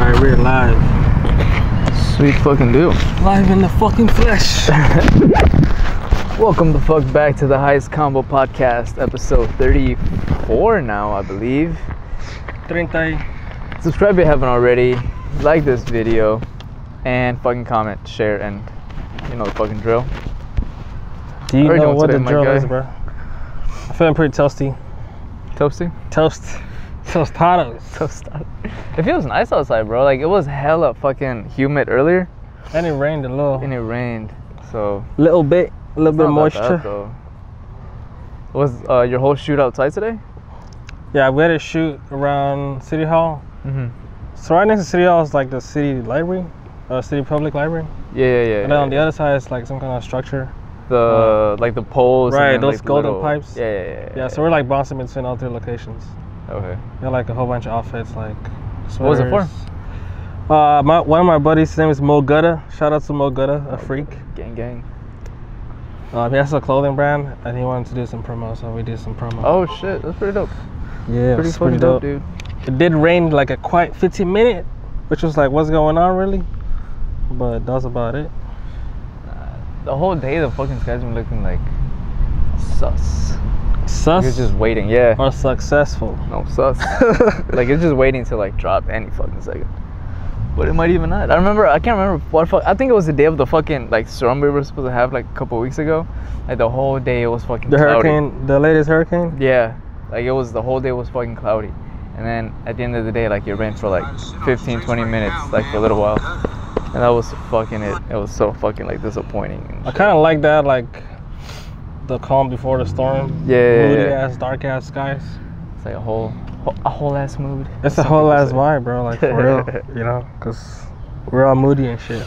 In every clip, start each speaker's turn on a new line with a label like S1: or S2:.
S1: right, we're live.
S2: Sweet fucking do.
S1: Live in the fucking flesh.
S2: Welcome the fuck back to the Highest Combo Podcast, episode 34 now, I believe.
S1: 30.
S2: Subscribe if you haven't already, like this video, and fucking comment, share, and you know the fucking drill.
S1: Do you
S2: Already
S1: know
S2: know
S1: what the
S2: today, my
S1: drill
S2: guy.
S1: is, bro? I'm feeling pretty toasty.
S2: Toasty?
S1: Toast. Tostados.
S2: Toast. It feels nice outside, bro. Like, it was hella fucking humid earlier,
S1: And it rained a little.
S2: and it rained, so.
S1: little bit. A little bit of
S2: it's not that
S1: moisture.
S2: bad, though. Was uh, your whole shoot outside today?
S1: Yeah, we had a shoot around City Hall.
S2: Mm-hmm.
S1: So right next to City Hall is like the city library. Uh, city public library.
S2: Yeah, yeah, yeah.
S1: And then
S2: yeah,
S1: on the other side is like some kind of structure.
S2: the like the poles and
S1: Uh-huh. Right,
S2: then,
S1: those
S2: like,
S1: golden
S2: little-
S1: pipes.
S2: yeah yeah yeah,
S1: Yeah, so we're like bouncing between all three locations.
S2: okay
S1: We had like a whole bunch of outfits, like sweaters.
S2: What was it for?
S1: Uh, my, one of my buddies, his name is Mo Gutta. Shout out to Mo Gutta, a freak.
S2: gang gang
S1: Um, he has a clothing brand, and he wanted to do some promo, so we did some promo.
S2: oh shit that's pretty dope
S1: yeah,
S2: pretty
S1: it's
S2: fucking dope, dude
S1: It did rain like a quiet 15 minute, which was like, what's going on, really? But that's about it.
S2: the whole day the fucking sky's been looking like sus like
S1: Sus
S2: it's just waiting yeah
S1: or successful.
S2: no sus like it's just waiting to like drop any fucking second but it might even not. I remember. I can't remember what fuck. I think it was the day of the fucking like storm we were supposed to have like a couple weeks ago. Like the whole day it was fucking.
S1: The
S2: cloudy.
S1: hurricane, the latest hurricane.
S2: Yeah, like it was the whole day was fucking cloudy. And then at the end of the day, like it rained for like 15, 20 minutes, like for a little while. And that was fucking it. It was so fucking like disappointing. and
S1: I
S2: shit.
S1: kind of like that, like the calm before the storm.
S2: Yeah, yeah,
S1: Moody
S2: yeah.
S1: ass, dark ass skies.
S2: It's like a whole, wh- a whole ass mood.
S1: It's a
S2: Some
S1: whole
S2: people
S1: ass
S2: say.
S1: vibe, bro. Like for real, you know, cause we're all moody and shit.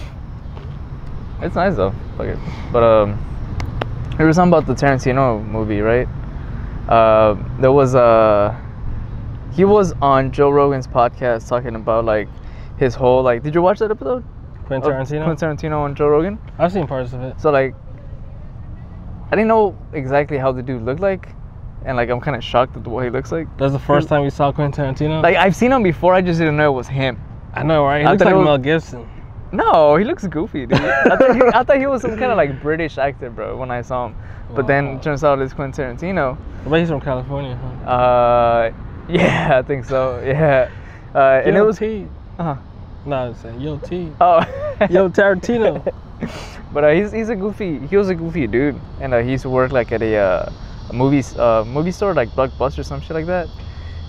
S2: It's nice though. Fuck it. But um, we were talking about the Tarantino movie, right? Uh, there was Uh, he was on Joe Rogan's podcast talking about like his whole like. Did you watch that episode?
S1: Quentin
S2: Of
S1: Tarantino.
S2: Oh, Quentin Tarantino and Joe Rogan.
S1: I've seen parts of it.
S2: So like, I didn't know exactly how the dude looked like, and like I'm kind of shocked at the way he looks like.
S1: That's the first time you saw Quentin Tarantino.
S2: Like I've seen him before, I just didn't know it was him.
S1: I know, right? He
S2: I
S1: looks
S2: thought
S1: like
S2: it was-
S1: Mel Gibson.
S2: No, he looks goofy, dude. I, thought he, I thought he was some kind of like British actor, bro, when I saw him. But then
S1: Wow.
S2: it turns out it's Quentin Tarantino.
S1: I bet he's from California. Huh?
S2: Uh, yeah, I think so. Yeah, uh, and it was.
S1: T.
S2: Uh-huh.
S1: No, I'm saying Yo T.
S2: Oh,
S1: Yo Tarantino.
S2: but uh, he's he's a goofy. He was a goofy dude, and uh, he used to work like at a, uh, a movie uh, movie store, like Blockbuster, some shit like that.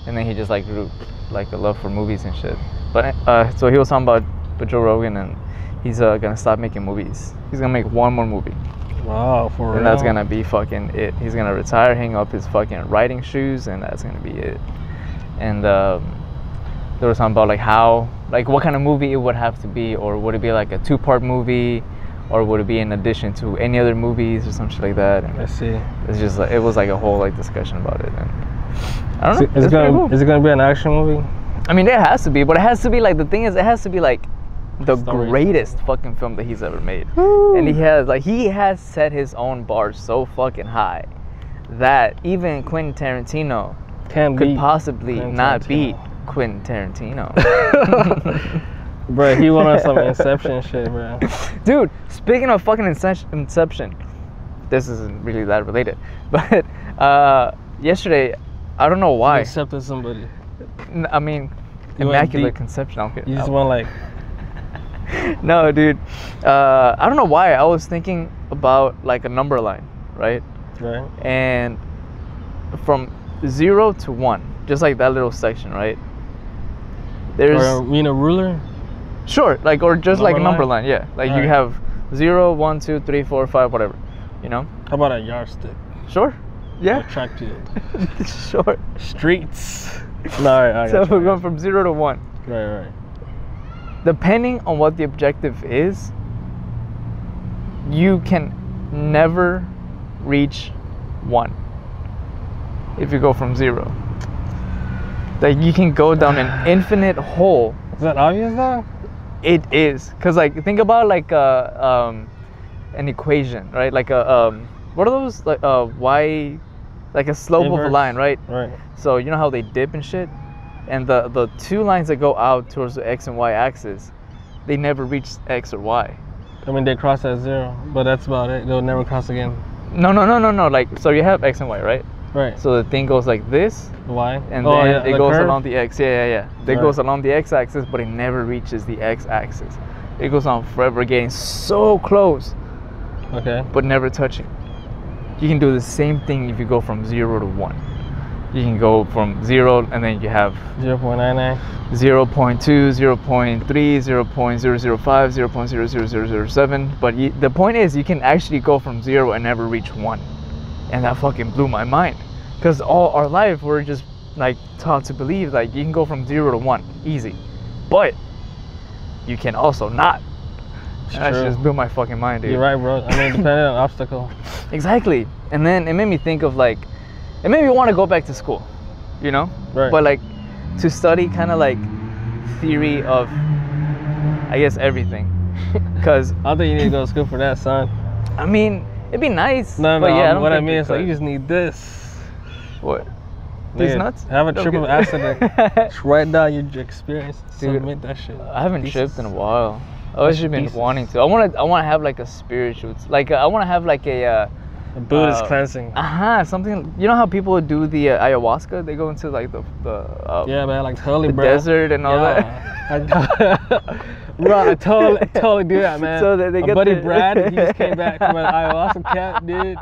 S2: And then he just like grew like a love for movies and shit. But uh, so he was talking about with Joe Rogan, and he's uh, gonna stop making movies. He's gonna make one more movie,
S1: wow, for real.
S2: and that's gonna be fucking it. He's gonna retire, hang up his fucking riding shoes, and that's gonna be it. And um, there was something about like how, like what kind of movie it would have to be, or would it be like a two-part movie, or would it be in addition to any other movies or some shit like that. And
S1: Let's see.
S2: it's just like it was like a whole like discussion about it. And I don't
S1: Is it, is
S2: know.
S1: it
S2: it's pretty
S1: gonna
S2: cool.
S1: is it gonna be an action movie?
S2: I mean, it has to be, but it has to be like the thing is, it has to be like the
S1: Story.
S2: greatest fucking film that he's ever made. And he has like he has set his own bar so fucking high that even Quentin Tarantino
S1: Can't
S2: could
S1: be.
S2: possibly
S1: Quentin
S2: not
S1: Tarantino.
S2: beat Quentin Tarantino.
S1: Bro, he went on some Inception shit, bro.
S2: Dude, speaking of fucking Inception, Inception this isn't really that related, but uh, yesterday, I don't know
S1: You
S2: why.
S1: accepted somebody.
S2: N- I mean,
S1: You went
S2: immaculate
S1: deep.
S2: conception. I'm kidding.
S1: You just went like,
S2: Oh. no, dude. Uh, I don't know why. I was thinking about like a number line, right?
S1: right?
S2: And from zero to one, just like that little section, right? There's
S1: Or mean a ruler?
S2: Sure, like or just like a
S1: Number
S2: number
S1: line?
S2: line, yeah. Like you
S1: Alright.
S2: have zero, one, two, three, four, five, whatever. You know?
S1: How about a yardstick?
S2: Sure.
S1: Or track field.
S2: sure.
S1: Streets. No, all right, all right.
S2: so we're going from zero to one.
S1: right, right.
S2: Depending on what the objective is, you can never reach one if you go from zero. Like you can go down an infinite hole
S1: Is that obvious though?
S2: It is, cause like think about like a um, an equation, right? Like a um, what are those like uh, y, like a slope of a
S1: Inverse.
S2: line, right?
S1: Right.
S2: So you know how they dip and shit, and and the the two lines that go out towards the x and y axis, they never reach x or y.
S1: I mean, they cross at zero, but that's about it. They'll never cross again.
S2: No, no, no, no, no. Like so, you have x and y, right?
S1: Right.
S2: So the thing goes like this,
S1: Why?
S2: and then it goes
S1: Oh, curve?
S2: along the x. Yeah, yeah, yeah. It
S1: Right.
S2: goes along the x-axis, but it never reaches the x-axis. It goes on forever, getting so close
S1: Okay.
S2: but never touching. You can do the same thing if you go from zero to one. You can go from zero and then you have
S1: Zero point nine nine.
S2: 0.2, 0.3, 0.005, 0.00007. But you, the point is, you can actually go from zero and never reach one. And that fucking blew my mind. Because all our life, we're just like taught to believe like you can go from zero to one, easy. But you can also not.
S1: It's
S2: And that
S1: true.
S2: shit just blew my fucking mind, dude.
S1: You're right, bro. I mean, depending on obstacle.
S2: Exactly. And then it made me think of like, it made me want to go back to school, you know?
S1: Right.
S2: But like, to study kind of like theory of, I guess, everything. Because,
S1: I think you need to go to school for that, son.
S2: I mean, it'd be nice.
S1: No, no.
S2: but yeah, I
S1: um,
S2: don't
S1: what I
S2: think
S1: mean
S2: we
S1: is like you
S2: could.
S1: just need this.
S2: What? These
S1: Nigga,
S2: nuts?
S1: Have a
S2: Don't
S1: triple
S2: get-
S1: accident. Write down your j- experience.
S2: Dude,
S1: Submit that shit.
S2: I haven't
S1: Thesis.
S2: tripped in a while. I always just been
S1: Thesis.
S2: wanting to. I want to. I want to have like a spiritual. Like uh, I want to have like a. Uh,
S1: A Buddhist
S2: uh,
S1: cleansing.
S2: Uh-huh, something. You know how people do the uh, ayahuasca? They go into like the the. Uh,
S1: Yeah, man, like totally,
S2: the
S1: bro.
S2: desert and all
S1: Yeah. I- bro, I totally, totally do that, man.
S2: So that they
S1: My
S2: get
S1: buddy
S2: the-
S1: Brad, he just came back from an ayahuasca camp, dude.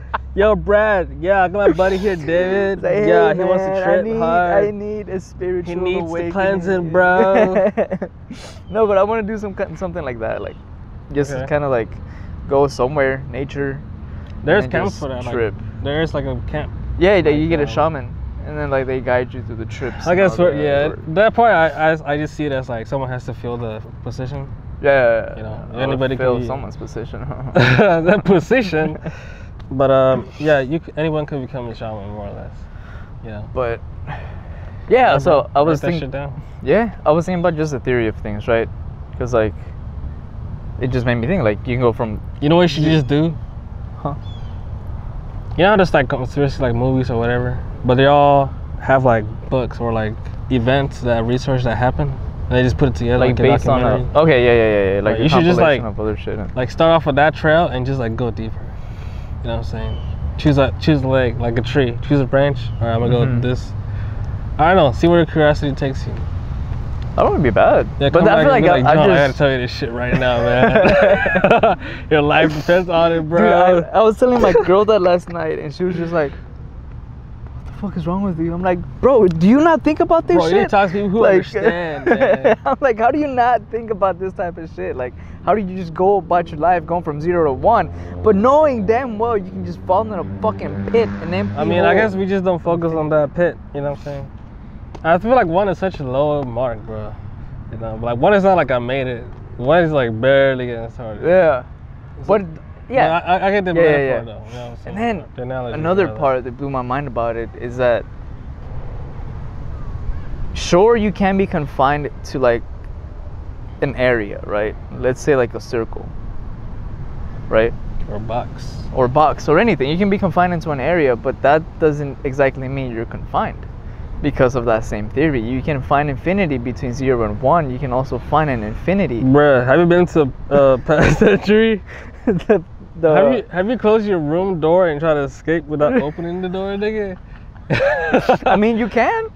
S1: Yo, Brad, yeah, I got my buddy here, David.
S2: It's like,
S1: yeah,
S2: "Hey,
S1: he wants to
S2: man,
S1: trip
S2: I need,
S1: hard.
S2: I need a spiritual
S1: needs the
S2: awakening.
S1: cleansing, bro.
S2: no, but I want to do some kin- something like that, like just
S1: Okay.
S2: kind of like go somewhere, nature.
S1: There's
S2: and
S1: camps
S2: just
S1: for that. Like,
S2: trip.
S1: There is like a camp.
S2: Yeah, that
S1: Like,
S2: you get a
S1: um,
S2: shaman, and then like they guide you through the trips.
S1: I
S2: and
S1: guess
S2: all
S1: we're,
S2: that,
S1: yeah,
S2: or-
S1: that part I, I I just see it as like someone has to fill the position.
S2: yeah.
S1: you know,
S2: I would
S1: anybody can
S2: fill
S1: be-
S2: someone's position.
S1: that position. But um, yeah, you c- anyone could become a shaman more or less. Yeah.
S2: but yeah, so I was
S1: Write that
S2: thinking.
S1: shit down.
S2: Yeah, I was thinking about just the theory of things, right? Because like, it just made me think. Like, you can go from
S1: You know what you should just do?
S2: Huh?
S1: You know, how just like conspiracy like movies or whatever, but they all have like books or like events that research that happen, and they just put it together like,
S2: like,
S1: a
S2: based on
S1: documentary.
S2: a, okay, yeah, yeah, yeah, yeah. Like,
S1: Like, you
S2: a
S1: should just,
S2: compilation
S1: like-
S2: of other shit. and-
S1: Like start off with that trail and just like go deeper. You know what I'm saying? Choose a choose a leg like a tree. Choose a branch. All right, I'm gonna
S2: Mhm.
S1: go this. I don't know. See where curiosity takes you.
S2: That wouldn't be bad.
S1: Yeah,
S2: but
S1: come
S2: I feel
S1: back and
S2: like,
S1: be
S2: I,
S1: "John,
S2: I
S1: gotta
S2: just.
S1: tell you this shit right now, man. Your life depends on it,
S2: Dude, I,
S1: bro.
S2: I was telling my girl that last night, and she was just like, "What the fuck is wrong with you?" I'm like, "Bro, do you not think about this
S1: Bro, you
S2: shit?"
S1: need to talk to people who understand, man.
S2: I'm like, how do you not think about this type of shit? Like, how do you just go about your life going from zero to one, but knowing damn well you can just fall in a fucking pit and empty
S1: I mean, I
S2: hole?
S1: guess we just don't focus on that pit. You know what I'm saying? I feel like one is such a low mark, bro. You know, like one is not like I made it. One is like barely getting started.
S2: Yeah.
S1: It's
S2: But
S1: like-
S2: yeah,
S1: I, I- I get the
S2: Yeah, yeah,
S1: metaphor
S2: yeah.
S1: though. You know what I'm saying?
S2: And then
S1: The analogy,
S2: another
S1: rather.
S2: part that blew my mind about it is that sure you can be confined to like an area, right? Let's say like a circle. Right?
S1: or box.
S2: Or box or anything. You can be confined into an area, but that doesn't exactly mean you're confined. Because of that same theory, you can find infinity between 0 and 1. You can also find an infinity.
S1: Bruh, have you been to uh, penitentiary?
S2: the, the,
S1: have you have you closed your room door and tried to escape without opening the door, nigga?
S2: I mean, you can.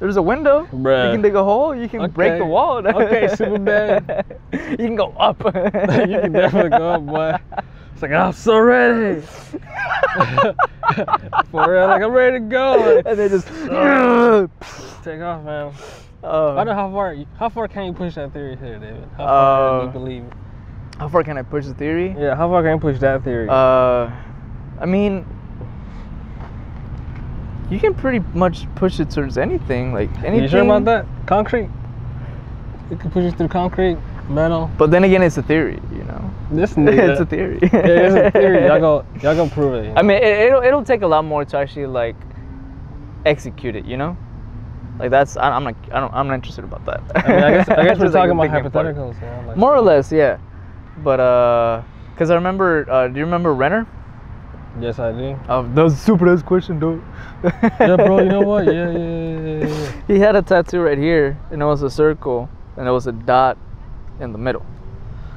S2: There's a window. You
S1: Bruh.
S2: can dig a hole. You can break the
S1: Okay.
S2: wall.
S1: Okay, Superman.
S2: you can go up. you
S1: you can definitely go up, boy. It's like I'm so ready. For real, like I'm ready to go.
S2: and then just. uh,
S1: Take off, man. I
S2: Oh,
S1: wonder how far how far can you push that theory here, David? How far do
S2: Uh,
S1: you believe?
S2: how far can I push the theory?
S1: Yeah, how far can you push that theory?
S2: Uh, I mean, you can pretty much push it towards anything, like anything.
S1: you sure about that? Concrete? You can push it through concrete, metal.
S2: But then again, it's a theory, you know.
S1: This nigga.
S2: it's a theory.
S1: It is a theory. Y'all go, y'all go prove it.
S2: I mean, it, it'll it'll take a lot more to actually like execute it. You know, like that's I, I'm not I don't I'm not interested about that.
S1: I, mean, I guess, I guess
S2: Just,
S1: we're
S2: like,
S1: talking
S2: the
S1: about
S2: thinking part.
S1: hypotheticals, you know, like-
S2: More or less, yeah. But uh, cause I remember. Uh, do you remember Renner?
S1: Yes, I do.
S2: Um, Oh, that was a super ass question, dude.
S1: Yeah, bro. You know what? Yeah, yeah, yeah, yeah. yeah, yeah.
S2: he had a tattoo right here, and it was a circle, and it was a dot in the middle.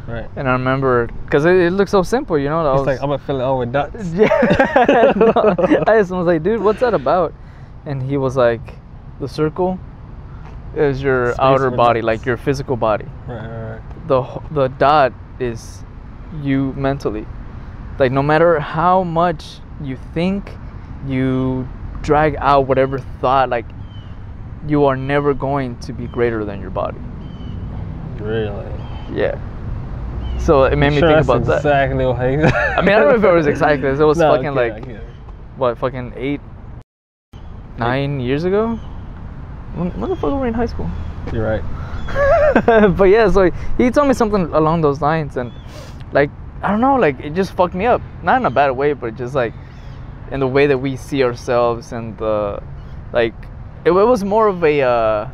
S1: Right.
S2: And I remember, cause it, it looked so simple, you know. I
S1: He's
S2: was-
S1: like, I'm gonna fill it all with dots.
S2: yeah. No, I just was like, dude, what's that about? And he was like, the circle is your
S1: Space
S2: outer
S1: for
S2: body,
S1: dots.
S2: like your physical body.
S1: Right, right, right.
S2: The h- the dot is you mentally. Like no matter how much you think, you drag out whatever thought. Like you are never going to be greater than your body.
S1: Really.
S2: Yeah. So it made me
S1: Sure,
S2: think
S1: that's
S2: about that.
S1: exactly what he. I
S2: mean, I don't know if it was exactly this, it was fucking like- what fucking eight nine years ago when, when the fuck were we in high school
S1: You're right.
S2: but yeah so he told me something along those lines and like i don't know like it just fucked me up not in a bad way but just like in the way that we see ourselves and the like it, it was more of a uh,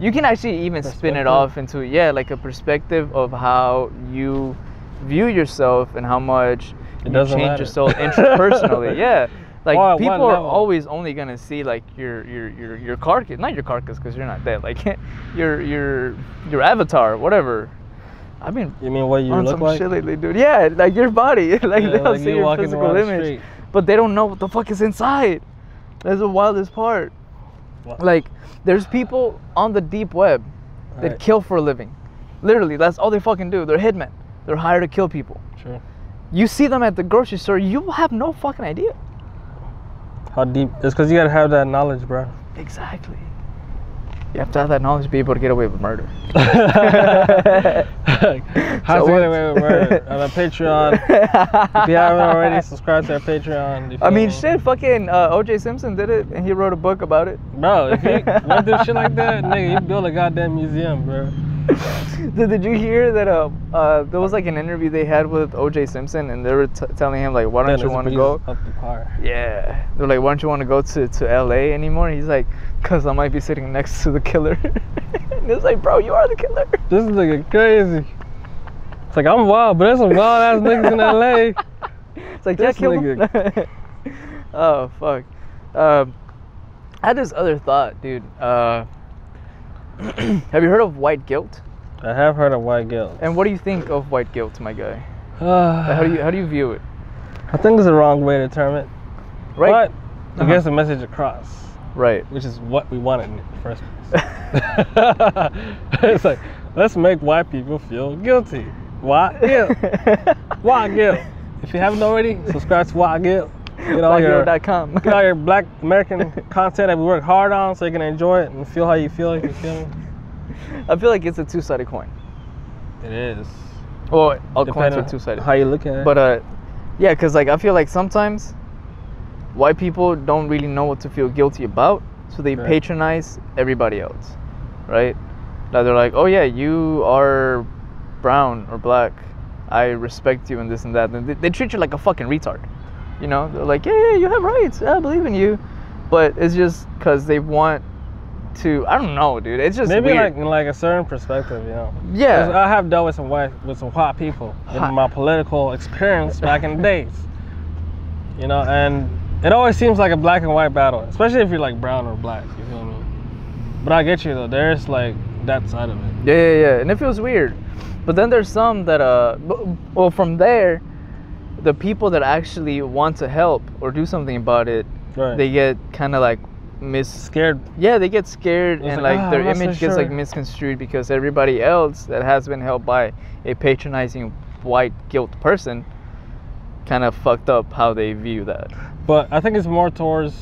S2: you can actually even spin it
S1: Perspective?
S2: off into yeah like a perspective of how you view yourself and how much
S1: It
S2: you
S1: doesn't
S2: change
S1: matter.
S2: yourself interpersonally yeah like
S1: Or at
S2: people
S1: one
S2: are
S1: level.
S2: always only gonna see like your your your your carcass, not your carcass because you're not dead. Like your your your avatar, whatever. I mean,
S1: You mean what you
S2: on
S1: look
S2: some
S1: like?
S2: shit lately, dude. Yeah, like your body, like
S1: Yeah,
S2: they'll
S1: like
S2: see
S1: me
S2: your
S1: walking
S2: physical
S1: around the
S2: image,
S1: street.
S2: but they don't know what the fuck is inside. That's the wildest part.
S1: Wow.
S2: Like, there's people on the deep web that
S1: Right.
S2: kill for a living. Literally, that's all they fucking do. They're hitmen. They're hired to kill people.
S1: Sure.
S2: You see them at the grocery store, you have no fucking idea.
S1: How deep? It's because you gotta have that knowledge, bro.
S2: Exactly. You have to have that knowledge to be able to get away with murder.
S1: How's
S2: So
S1: to get
S2: what-
S1: away with murder on a Patreon? if you haven't already, subscribe to our Patreon. you
S2: I mean,
S1: feel me?
S2: shit, fucking uh, O.J. Simpson did it, and he wrote a book about it.
S1: Bro, if you want to do shit like that, nigga, you build a goddamn museum, bro.
S2: Did, did you hear that? Uh, uh, there was like an interview they had with O.J. Simpson, and they were t- telling him like, "Why don't you want to go?"
S1: Up the par.
S2: Yeah, they're like, "Why don't you want to go to to L.A. anymore?" He's like, "Cause I might be sitting next to the killer." and it's like, "Bro, you are the killer."
S1: This nigga crazy. It's like I'm wild, but there's some wild ass niggas in LA.
S2: It's like, yeah,
S1: This
S2: kill him. oh, fuck. Um, I had this other thought, dude. Uh, have you heard of white guilt?
S1: I have heard of white guilt.
S2: And what do you think of white guilt, my guy? Like,
S1: how
S2: How do you how do you view it?
S1: I think it's the wrong way to term it.
S2: Right.
S1: But
S2: Uh-huh.
S1: it gets the message across,
S2: Right.
S1: which is what we wanted in the first place. it's like, let's make white people feel guilty. Why guilt? Why guilt? If you haven't already, subscribe to Why Guilt. Get all your
S2: Whiteguilt.com.
S1: get all your black American content that we work hard on so you can enjoy it and feel how you feel like you feel.
S2: I feel like it's a two-sided coin.
S1: It is.
S2: Well, all coins
S1: Depending
S2: are
S1: on
S2: two-sided.
S1: How you look at it.
S2: But uh, yeah, cause like I feel like sometimes white people don't really know what to feel guilty about, so they
S1: Right.
S2: patronize everybody else, right? Like they're like, oh yeah, you are brown or black, I respect you and this and that. And they, they treat you like a fucking retard, you know? They're like, yeah, yeah, you have rights, I believe in you, but it's just cause they want to. I don't know, dude. It's just
S1: maybe
S2: weird.
S1: like in like a certain perspective, you know. 'Cause
S2: yeah,
S1: I have dealt with some white with some white people
S2: Hot.
S1: in my political experience back in the days. You know, and it always seems like a black and white battle, especially if you're like brown or black. You feel me? But I get you though. There's like that side of it.
S2: Yeah, yeah, yeah. And it feels weird. But then there's some that, uh, b- well, from there, the people that actually want to help or do something about it,
S1: Right.
S2: they get kind of like mis.
S1: scared.
S2: Yeah, they get scared
S1: It's
S2: and
S1: like,
S2: like,
S1: "Ah,
S2: their
S1: I'm not so
S2: image gets like
S1: sure."
S2: misconstrued because everybody else that has been helped by a patronizing white guilt person kind of fucked up how they view that.
S1: But I think it's more towards.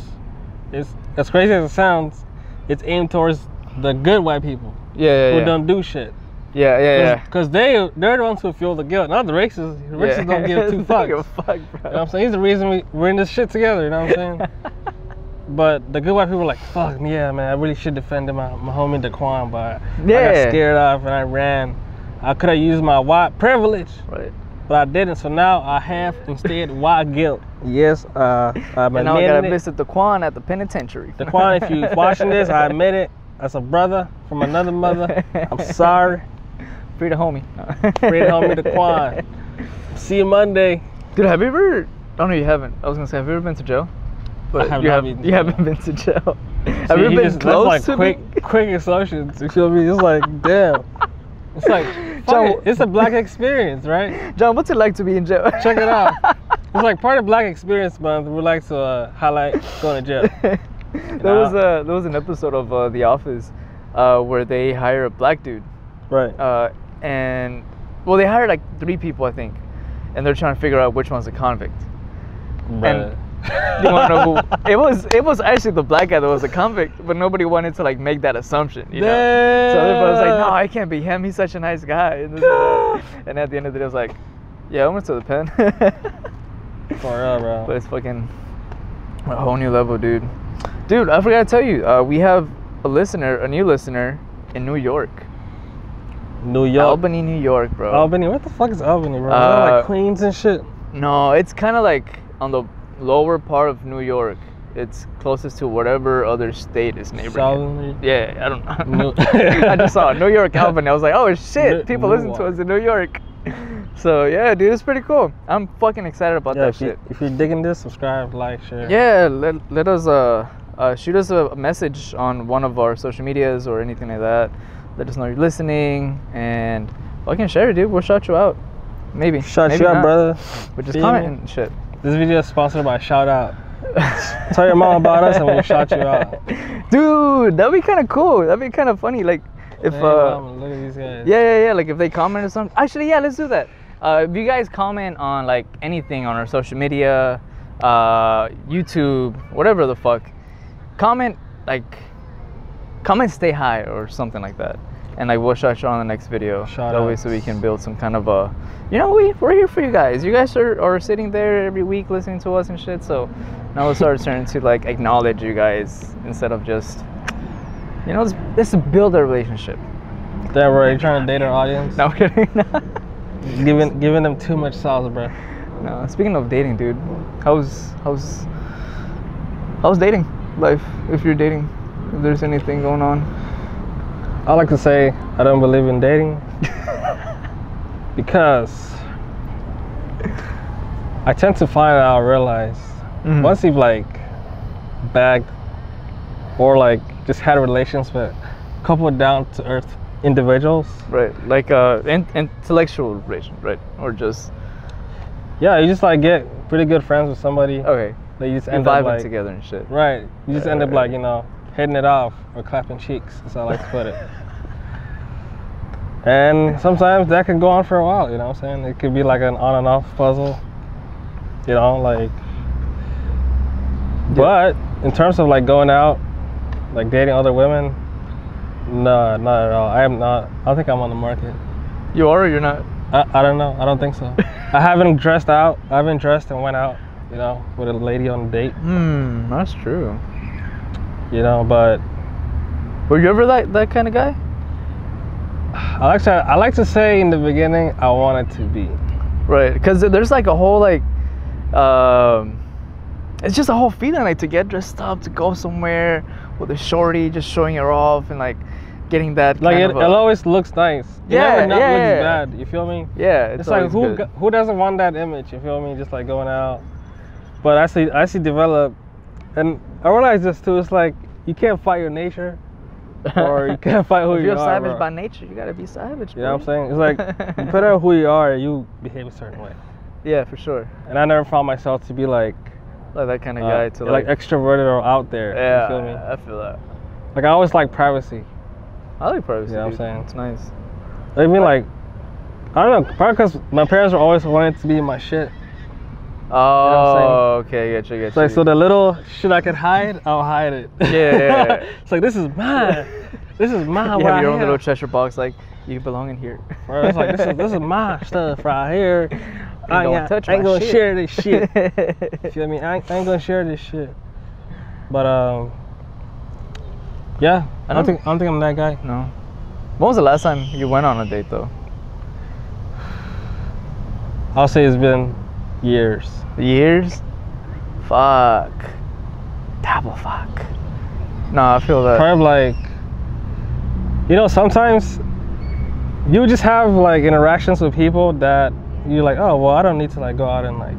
S1: It's as crazy as it sounds. It's aimed towards the good white people
S2: Yeah, yeah,
S1: who
S2: yeah.
S1: don't do shit.
S2: yeah, yeah, yeah.
S1: Because they they're the ones who feel the guilt, not the racists. The racists
S2: Yeah.
S1: don't give two
S2: They don't
S1: fucks.
S2: give a fuck, bro.
S1: You know what I'm saying? He's the reason we, we're in this shit together, you know what I'm saying? but the good white people were like, fuck, yeah, man, I really should defend my, my homie Daquan, but I
S2: Yeah.
S1: got scared off and I ran. I could have used my white privilege,
S2: Right.
S1: but I didn't. So now I have instead white guilt. Yes, uh, I'm
S2: And now I gotta
S1: admitting it.
S2: visit the Quan at the penitentiary.
S1: Daquan, if you watching this, I admit it. As a brother from another mother, I'm sorry.
S2: Free the homie.
S1: Free the homie Daquan. See you Monday.
S2: Dude, have you ever? Oh no, you haven't. I was gonna say, have you ever been to jail? But
S1: have
S2: you
S1: not
S2: have.
S1: been to
S2: you
S1: jail.
S2: haven't been to jail. Have you
S1: he
S2: been
S1: just-
S2: close
S1: that's
S2: to
S1: like quick,
S2: me?
S1: quick assumptions. You feel me? It's like, damn. It's like, fuck
S2: Joe-
S1: it, it's a black experience, right?
S2: John, what's it like to be in jail?
S1: Check it out. It's like part of Black Experience Month. We like to uh, highlight going to jail.
S2: there
S1: know?
S2: was a there was an episode of uh, The Office uh, where they hire a black dude,
S1: Right.
S2: uh, and well, they hired like three people, I think, and they're trying to figure out which one's a convict.
S1: Bruh.
S2: You wanna know who? It was it was actually the black guy that was a convict, but nobody wanted to like make that assumption, you know. So everybody was like, "No, I can't be him. He's such a nice guy." And, this and that. And at the end of the day, I was like, "Yeah, I went to the pen."
S1: For real, bro.
S2: But it's fucking a whole new level, dude. Dude, I forgot to tell you, uh, we have a listener, a new listener in New York,
S1: New York.
S2: Albany, New York, bro.
S1: Albany. What the fuck is Albany, bro? Is that
S2: Uh,
S1: like Queens and shit?
S2: No, it's kind of like on the lower part of New York. It's closest to whatever other state is neighboring.
S1: Southern-
S2: Yeah, I don't know.
S1: New-
S2: I just saw New York Albany. I was like, oh shit,
S1: New-
S2: people listen to
S1: Newark.
S2: us in New York. So yeah, dude, it's pretty cool. I'm fucking excited about
S1: Yeah,
S2: that
S1: if, you,
S2: shit.
S1: if you're digging this, subscribe, like, share.
S2: Yeah, let, let us uh, uh, shoot us a message on one of our social medias or anything like that. Let us know you're listening and fucking share it, dude. We'll shout you out. Maybe.
S1: Shout
S2: maybe
S1: you out,
S2: not.
S1: brother.
S2: But just
S1: Feel me?
S2: comment and shit.
S1: This video is sponsored by Shout Out. Tell your mom about us and we'll shout you out.
S2: Dude, that'd be kind of cool. That'd be kind of funny. Like, if.
S1: Hey,
S2: uh,
S1: mama, look at these guys.
S2: Yeah, yeah, yeah. Like if they comment or something. Actually, yeah, let's do that. Uh, if you guys comment on like anything on our social media, uh, YouTube, whatever the fuck, comment like, comment stay high or something like that, and like we'll shout you on the next video.
S1: Shout
S2: that way,
S1: outs.
S2: so we can build some kind of a, you know, we we're here for you guys. You guys are, are sitting there every week listening to us and shit. So now it's our turn to like acknowledge you guys instead of just, you know, let's, let's build a relationship.
S1: Damn, bro, you trying to date our audience?
S2: No I'm kidding.
S1: Giving, giving them too much sauce, bro.
S2: no. Uh, Speaking of dating, dude, how's how's how's dating life? If you're dating, if there's anything going on.
S1: I like to say I don't believe in dating because I tend to find out, realize
S2: Mhm.
S1: once you've like bagged or like just had relations with a couple down to earth individuals,
S2: Right, like uh, in- intellectual relation, right, or just
S1: yeah, you just like get pretty good friends with somebody.
S2: okay,
S1: They just
S2: and
S1: end
S2: Oh, vibing
S1: up like
S2: together and shit.
S1: right. You just end up
S2: Right.
S1: like you know hitting it off or clapping cheeks. That's how I like to put it. And sometimes that can go on for a while, you know what I'm saying? It could be like an on and off puzzle, you know, like. But in terms of like going out, like dating other women, no, not at all. I am not, I don't think I'm on the market.
S2: You are or you're not?
S1: I, I don't know, I don't think so. I haven't dressed out, I haven't dressed and went out, you know, with a lady on a date,
S2: Hmm, that's true.
S1: you know, but
S2: Were you ever that that kind of guy?
S1: I like to, I like to say in the beginning, I wanted to be.
S2: Right, because there's like a whole like, um, it's just a whole feeling like to get dressed up to go somewhere with a shorty, just showing her off and like getting that
S1: Like
S2: kind
S1: it,
S2: of
S1: it
S2: a-
S1: always looks nice. It never
S2: Yeah,
S1: not
S2: yeah,
S1: looks
S2: yeah.
S1: bad. You feel me?
S2: yeah, it's,
S1: It's, like
S2: always
S1: who
S2: good.
S1: go- who doesn't want that image? You feel me? Just like going out. But I see I see develop, and I realize this too. It's like you can't fight your nature, or you can't fight who
S2: if
S1: you
S2: you're
S1: are.
S2: savage
S1: bro.
S2: by nature, you gotta be savage.
S1: you know what I'm
S2: bro.
S1: saying? It's like you put out who you are, you behave a certain way.
S2: Yeah, for sure.
S1: And I never found myself to be like
S2: Like that kind of
S1: uh,
S2: guy to like,
S1: extroverted or out there.
S2: yeah,
S1: You feel me?
S2: I feel that.
S1: Like I always like privacy.
S2: I like privacy.
S1: You know what I'm
S2: dude.
S1: saying?
S2: it's nice.
S1: I mean like. I don't know, probably because my parents were always wanting to be in my shit.
S2: Oh, okay, gotcha, gotcha.
S1: It's like, so the little shit I could hide, I'll hide it.
S2: Yeah, yeah, yeah.
S1: it's like, this is mine. This is mine.
S2: you
S1: what I
S2: have your own
S1: have.
S2: little treasure box, like you belong in here.
S1: Bro, it's like this is this is my stuff right here. I
S2: gonna
S1: ain't,
S2: touch
S1: I ain't
S2: my
S1: gonna
S2: shit.
S1: share this shit. You feel me? I ain't, I ain't gonna share this shit. But um, yeah, I
S2: know.
S1: don't think I don't think I'm that guy.
S2: No. When was the last time you went on a date though?
S1: I'll say it's been years.
S2: Years? Fuck. Double fuck. No, I feel that.
S1: Probably like, you know, sometimes you just have like interactions with people that you're like, oh well, I don't need to like go out and like,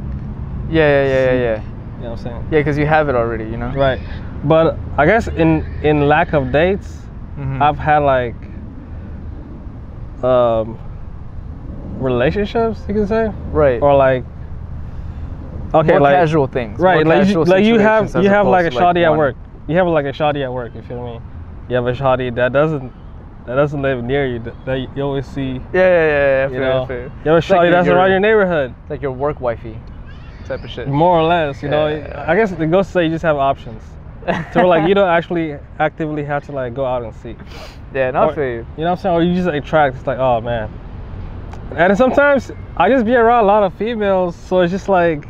S2: Yeah, yeah, yeah, yeah, yeah.
S1: you know what I'm saying?
S2: Yeah, because you have it already, you know.
S1: Right. But I guess in in lack of dates,
S2: Mhm.
S1: I've had like um relationships, you can say,
S2: right.
S1: or like okay,
S2: More
S1: like
S2: casual things.
S1: right,
S2: more
S1: like you,
S2: casual
S1: like you have
S2: situations as
S1: you have like a
S2: opposed to,
S1: shoddy at
S2: one-
S1: work. You have like a shoddy at work. You feel me? You have a shoddy that doesn't that doesn't live near you. That that you always see.
S2: Yeah, yeah, yeah,
S1: You
S2: yeah. Fair,
S1: know,
S2: fair.
S1: you have a
S2: It's like
S1: shoddy that's
S2: your-
S1: around your neighborhood,
S2: It's like your work wifey, type of shit.
S1: more or less. You know,
S2: Yeah.
S1: I guess it goes to say you just have options. So like you don't actually actively have to like go out and seek.
S2: Yeah, not
S1: or-
S2: for you.
S1: You know what I'm saying? Or you just attract. It's like, oh man. And sometimes I just be around a lot of females, so it's just like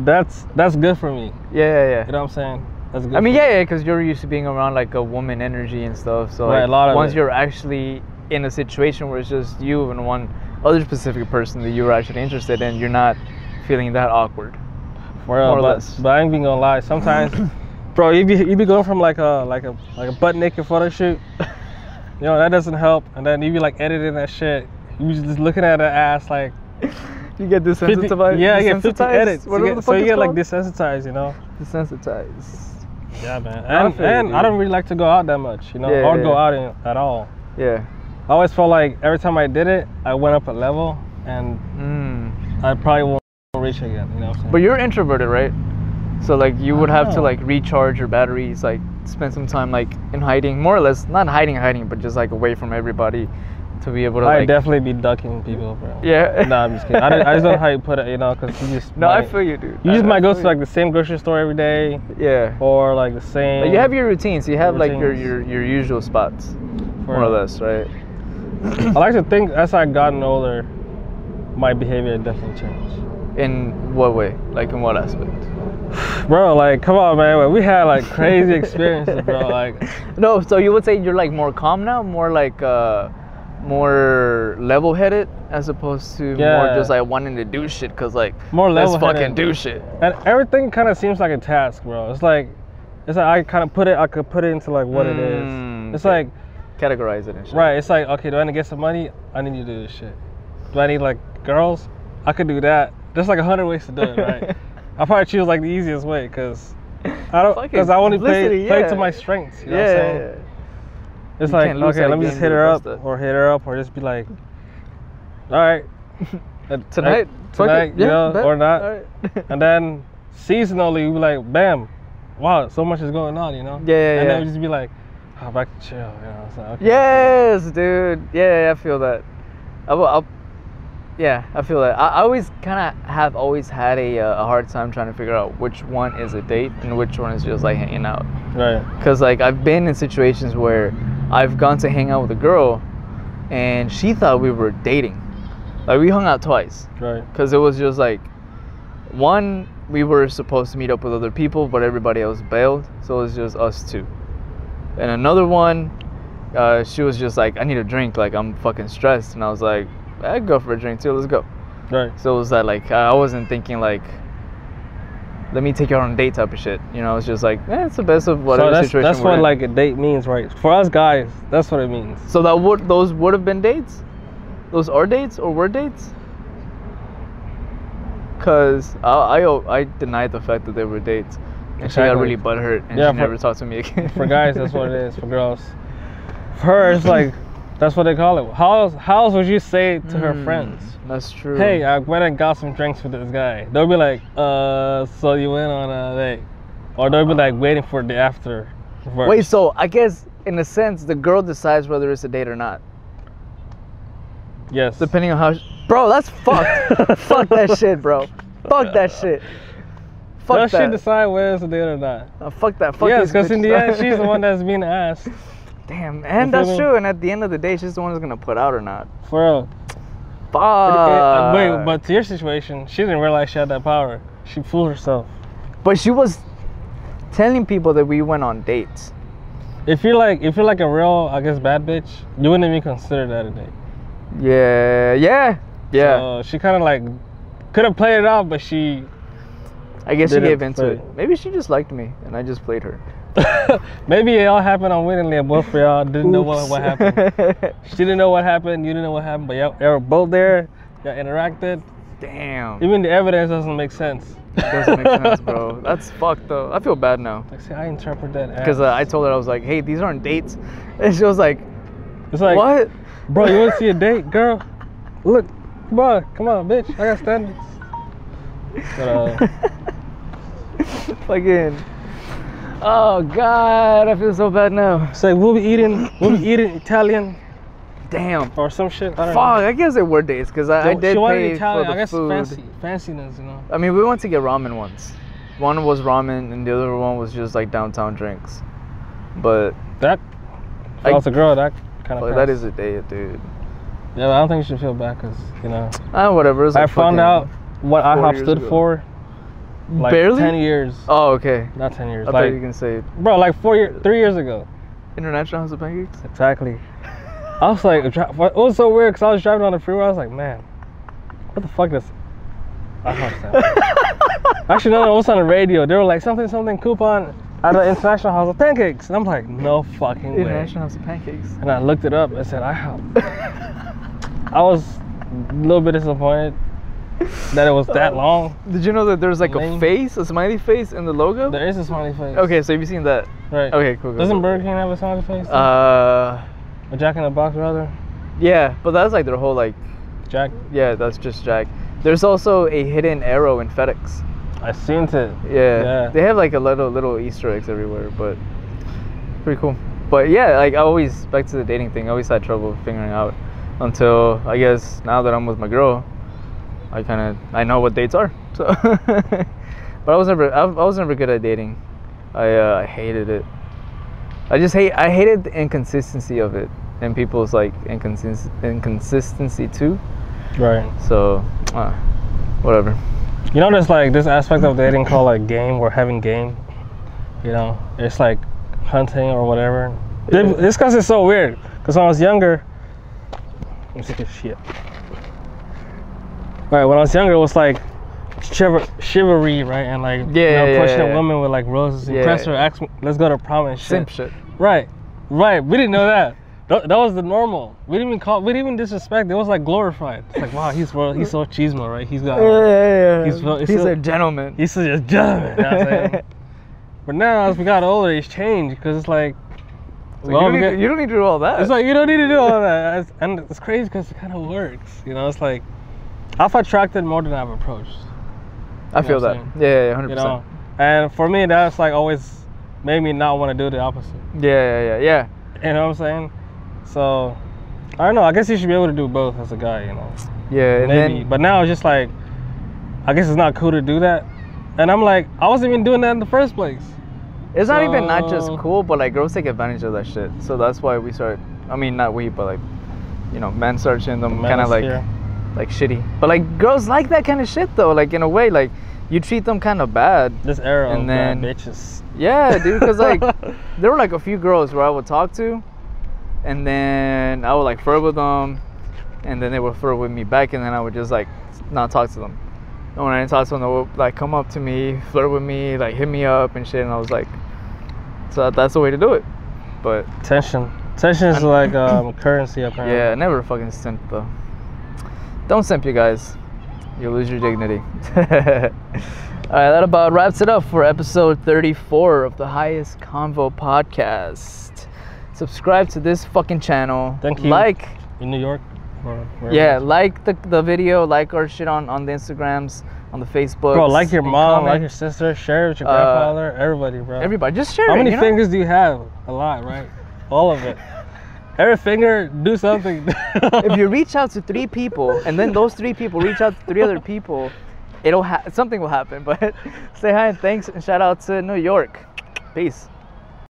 S1: that's that's good for me.
S2: Yeah, yeah, yeah.
S1: You know what I'm saying? That's good.
S2: I mean,
S1: for me.
S2: yeah, yeah, because you're used to being around like a woman energy and stuff. So
S1: Right,
S2: like,
S1: a lot of
S2: once
S1: it.
S2: you're actually in a situation where it's just you and one other specific person that you're actually interested in, you're not feeling that awkward.
S1: For real,
S2: More or
S1: but,
S2: less.
S1: but I ain't been gonna lie. Sometimes, bro, you be you be going from like a like a like a butt naked photo shoot. You know that doesn't help, and then you be like editing that shit. You be just looking at her ass like
S2: You get
S1: 50,
S2: desensitized.
S1: yeah, I get 50
S2: desensitized,
S1: edits. You
S2: whatever
S1: get-
S2: the
S1: so
S2: fuck
S1: you
S2: it's
S1: get like
S2: called.
S1: desensitized, you know.
S2: desensitized.
S1: Yeah, man.
S2: I
S1: And,
S2: feel you,
S1: and I
S2: dude.
S1: don't really like to go out that much, you know,
S2: Yeah,
S1: or
S2: yeah,
S1: go
S2: yeah.
S1: out in, at all.
S2: Yeah.
S1: I always felt like every time I did it, I went up a level, and
S2: Mm.
S1: I probably won't reach again. You know what I'm saying?
S2: But you're introverted, right? So like you would have to
S1: Oh.
S2: like recharge your batteries, like spend some time like in hiding, more or less, not hiding, hiding, but just like away from everybody, to be able to
S1: I
S2: like.
S1: definitely be ducking people, bro.
S2: yeah.
S1: Nah, I'm just kidding. I, don't- I just don't know how you put it, you know, because you just
S2: No, I
S1: might-
S2: feel you, dude.
S1: you
S2: I-
S1: just
S2: I
S1: might go
S2: feel
S1: to
S2: you.
S1: like the same grocery store every day,
S2: Yeah.
S1: or like the same.
S2: Like, you have your routines. You have like your,
S1: routines.
S2: your your usual spots,
S1: for-
S2: more or less, right?
S1: I like to think as I gotten older, my behavior definitely changed.
S2: In what way? Like in what aspect?
S1: Bro, like, come on, man. We had like crazy experiences, bro. Like,
S2: No, so you would say you're like more calm now, more like uh, more level-headed, as opposed to more
S1: Yeah.
S2: just like wanting to do shit, cause like
S1: More
S2: let's fucking
S1: level-headed.
S2: do shit.
S1: And everything kind of seems like a task, bro. It's like, it's like I kind of put it, I could put it into like what it
S2: Mm,
S1: is. It's
S2: okay.
S1: like,
S2: Categorize it and shit.
S1: right, it's like, okay, do I need to get some money? I need to do this shit. Do I need like girls? I could do that. There's like a hundred ways to do it, right? I probably choose like the easiest way because I don't,
S2: Fucking
S1: because I want to play,
S2: simplicity,
S1: play
S2: yeah.
S1: to my strengths. You know
S2: yeah,
S1: what I'm saying?
S2: yeah,
S1: It's
S2: You
S1: like,
S2: can't lose
S1: okay,
S2: at a
S1: let me just
S2: game
S1: hit
S2: to
S1: her
S2: the
S1: up
S2: best of-
S1: or hit her up or just be like, all right.
S2: yeah. Tonight, fuck
S1: tonight,
S2: it.
S1: you know,
S2: bet.
S1: or not.
S2: Alright.
S1: And then seasonally, we be like, bam, wow, so much is going on, you know?
S2: Yeah, yeah,
S1: And
S2: yeah.
S1: then we just be like, oh, back to chill, you know? It's like, okay.
S2: Yes, dude. Yeah, yeah, I feel that. I, will- I'll, yeah, I feel that. I, I always kind of have always had a, uh, a hard time trying to figure out which one is a date and which one is just like hanging out.
S1: Right.
S2: Cause like I've been in situations where I've gone to hang out with a girl, and she thought we were dating. Like we hung out twice.
S1: Right.
S2: Cause it was just like, one we were supposed to meet up with other people, but everybody else bailed, so it was just us two. And another one, uh, she was just like, I need a drink. Like I'm fucking stressed, and I was like, I'd go for a drink too. Let's go.
S1: Right.
S2: So it was that like I I wasn't thinking like, let me take you out on a date type of shit. You know, it's just like, eh, it's the best of whatever
S1: so that's,
S2: situation.
S1: that's
S2: we're
S1: what
S2: in.
S1: like a date means, right? For us guys, that's what it means.
S2: So that would those would have been dates? Those are dates or were dates? Cause I I, I denied the fact that they were dates, and she got
S1: Exactly.
S2: really butthurt and
S1: Yeah,
S2: she
S1: for-
S2: never talked to me again.
S1: For guys, that's what it is. For girls, for her, it's like, that's what they call it. How else, how else would you say to her
S2: Mm,
S1: friends?
S2: That's true.
S1: Hey, I went and got some drinks with this guy. They'll be like, uh, so you went on a date. Or they'll be like waiting for the after. verse.
S2: Wait, so I guess in a sense the girl decides whether it's a date or not,
S1: Yes.
S2: depending on how. She, bro, that's fucked. Fuck that shit, bro. Fuck that shit. Fuck
S1: Does she
S2: that.
S1: decide whether it's a date or not?
S2: Uh, fuck that. Fuck
S1: yes,
S2: these
S1: because in
S2: bitches.
S1: the end, she's the one that's being asked.
S2: Damn, and
S1: feel
S2: that's
S1: me?
S2: true. And at the end of the day, she's the one who's gonna put out or not.
S1: For real.
S2: Fuck.
S1: Uh, Wait, but to your situation, she didn't realize she had that power. She fooled herself.
S2: But she was telling people that we went on dates.
S1: If you're like, if you're like a real, I guess, bad bitch, you wouldn't even consider that a date.
S2: Yeah, yeah, yeah.
S1: So she kind of like could have played it off, but she.
S2: I guess she
S1: didn't
S2: gave into
S1: play.
S2: it. Maybe she just liked me, and I just played her.
S1: Maybe it all happened unwittingly, and both of y'all didn't know what, what happened. She didn't know what happened. You didn't know what happened, but y'all, y'all were both there. Y'all interacted,
S2: Damn.
S1: Even the evidence doesn't make sense.
S2: doesn't make sense, bro. That's fucked though. I feel bad now.
S1: Like, see, I interpret that as.
S2: Because uh, I told her, I was like, hey, these aren't dates. And she was like,
S1: it's like,
S2: uh, what?
S1: bro, you want to see a date, girl? Look, come on, come on, bitch. I got standards. But, uh,
S2: Fucking. Oh, God. I feel so bad now.
S1: it's like we'll be eating, we'll be eating Italian
S2: Damn.
S1: or some shit. I don't
S2: Fuck. I guess it were dates because
S1: know.
S2: I, I
S1: She
S2: did
S1: wanted
S2: pay
S1: Italian.
S2: for the
S1: I guess
S2: food.
S1: fancy, fanciness, you know.
S2: I mean, we went to get ramen once. One was ramen, and the other one was just like downtown drinks. But
S1: That. If I
S2: I-
S1: was a girl, that kind
S2: like,
S1: of.
S2: that is a date, dude.
S1: Yeah, but I don't think you should feel bad, cause you know.
S2: Ah, whatever. It was
S1: I
S2: like
S1: found
S2: fucking-
S1: out what
S2: four
S1: IHOP
S2: years
S1: stood
S2: ago.
S1: for. Like
S2: Barely?
S1: ten years.
S2: Oh, okay.
S1: Not ten years.
S2: I thought you were
S1: like,
S2: gonna say
S1: bro, like four years, three years ago.
S2: International House of Pancakes.
S1: Exactly. I was like, dri- it was so weird because I was driving on the freeway. I was like, man, what the fuck does IHOP stand? for? Actually, no, no, it was on the radio. They were like something, something coupon at the International House of Pancakes, and I'm like, no fucking way.
S2: International House of Pancakes.
S1: And I looked it up. It said IHOP. I was a little bit disappointed that it was that long.
S2: Did you know that there's like
S1: Lame.
S2: a face, a smiley face in the logo?
S1: There is a smiley face.
S2: Okay, so have you seen that?
S1: Right.
S2: Okay, cool. cool,
S1: Doesn't
S2: cool.
S1: Burger King have a smiley face?
S2: Uh,
S1: a Jack in the Box, rather.
S2: yeah, but that's like their whole like,
S1: Jack.
S2: yeah, that's just Jack. There's also a hidden arrow in FedEx.
S1: I seen it.
S2: Yeah.
S1: Yeah.
S2: They have like a little little Easter eggs everywhere, but pretty cool. But yeah, like I always back to the dating thing. I always had trouble figuring out until I guess now that I'm with my girl, I kind of I know what dates are. So, but I was never I, I was never good at dating. I uh, I hated it. I just hate I hated the inconsistency of it and people's like inconsist inconsistency too.
S1: Right.
S2: So, uh, whatever.
S1: You know, there's like this aspect of dating called like game or having game. You know, it's like hunting or whatever. This- This cause it's so weird. Cause when I was younger, let me see this shit. Right, when I was younger, it was like chiv- chivalry, right, and like
S2: Yeah,
S1: you
S2: yeah,
S1: know, pushing
S2: yeah,
S1: a
S2: yeah.
S1: woman with like roses,
S2: Yeah.
S1: impress her, ask, let's go to prom and shit.
S2: Simp shit.
S1: Right, right. We didn't know that. That, that was the normal. We didn't even call. We didn't even disrespect. It was like glorified. It's like, wow, he's real- he's so chismo, right? He's got.
S2: yeah,
S1: Um, He's fel- he's
S2: He's
S1: fel-
S2: a gentleman.
S1: He's such a gentleman. you know what I'm saying? but now as we got older, it's changed because it's like,
S2: So
S1: well,
S2: you,
S1: we
S2: don't
S1: got-
S2: need, you don't need to do all that.
S1: it's like you don't need to do all that, It's- and it's crazy because it kind of works. You know, it's like I've attracted more than I've approached.
S2: I feel
S1: what
S2: that.
S1: I'm
S2: Yeah, yeah, hundred
S1: You know, and for me, that's like always made me not want to do the opposite.
S2: percent. Yeah, yeah, yeah, yeah.
S1: You know what I'm saying? So I don't know. I guess you should be able to do both as a guy. You know,
S2: Yeah, and
S1: maybe.
S2: then
S1: but now it's just like, I guess it's not cool to do that. And I'm like, I wasn't even doing that in the first place.
S2: it's not even not just
S1: So-
S2: cool, but like girls take advantage of that shit. So that's why we start. I mean, not we, but like, you know, men start searching them kind of like,
S1: Manosphere.
S2: like shitty. But like girls like that kind of shit though. Like in a way, like you treat them kind of bad.
S1: This era
S2: And
S1: of bad
S2: then-
S1: bitches.
S2: Yeah, dude. Cause like there were like a few girls where I would talk to, and then I would like flirt with them, and then they would flirt with me back, and then I would just like not talk to them. And when I didn't talk to them, they would like come up to me, flirt with me, like hit me up and shit, and I was like, so that, that's the way to do it. But
S1: Tension. Tension is like um, currency apparently.
S2: yeah, never fucking simp though. Don't simp, you guys. You'll lose your dignity. All right, that about wraps it up for episode 34 of the Highest Convo podcast. Subscribe to this fucking channel.
S1: Thank you.
S2: Like,
S1: In New York or wherever.
S2: yeah, like the, the video, like our shit on, on the Instagrams, on the Facebook.
S1: Bro, like your mom, like your sister, share it with your
S2: Uh,
S1: grandfather, everybody, bro.
S2: Everybody, just share
S1: How
S2: it.
S1: many
S2: you know?
S1: fingers do you have? A lot, right? All of it. Every finger, do something.
S2: if you reach out to three people and then those three people reach out to three other people, it'll ha- something will happen. But say hi and thanks and shout out to New York. Peace.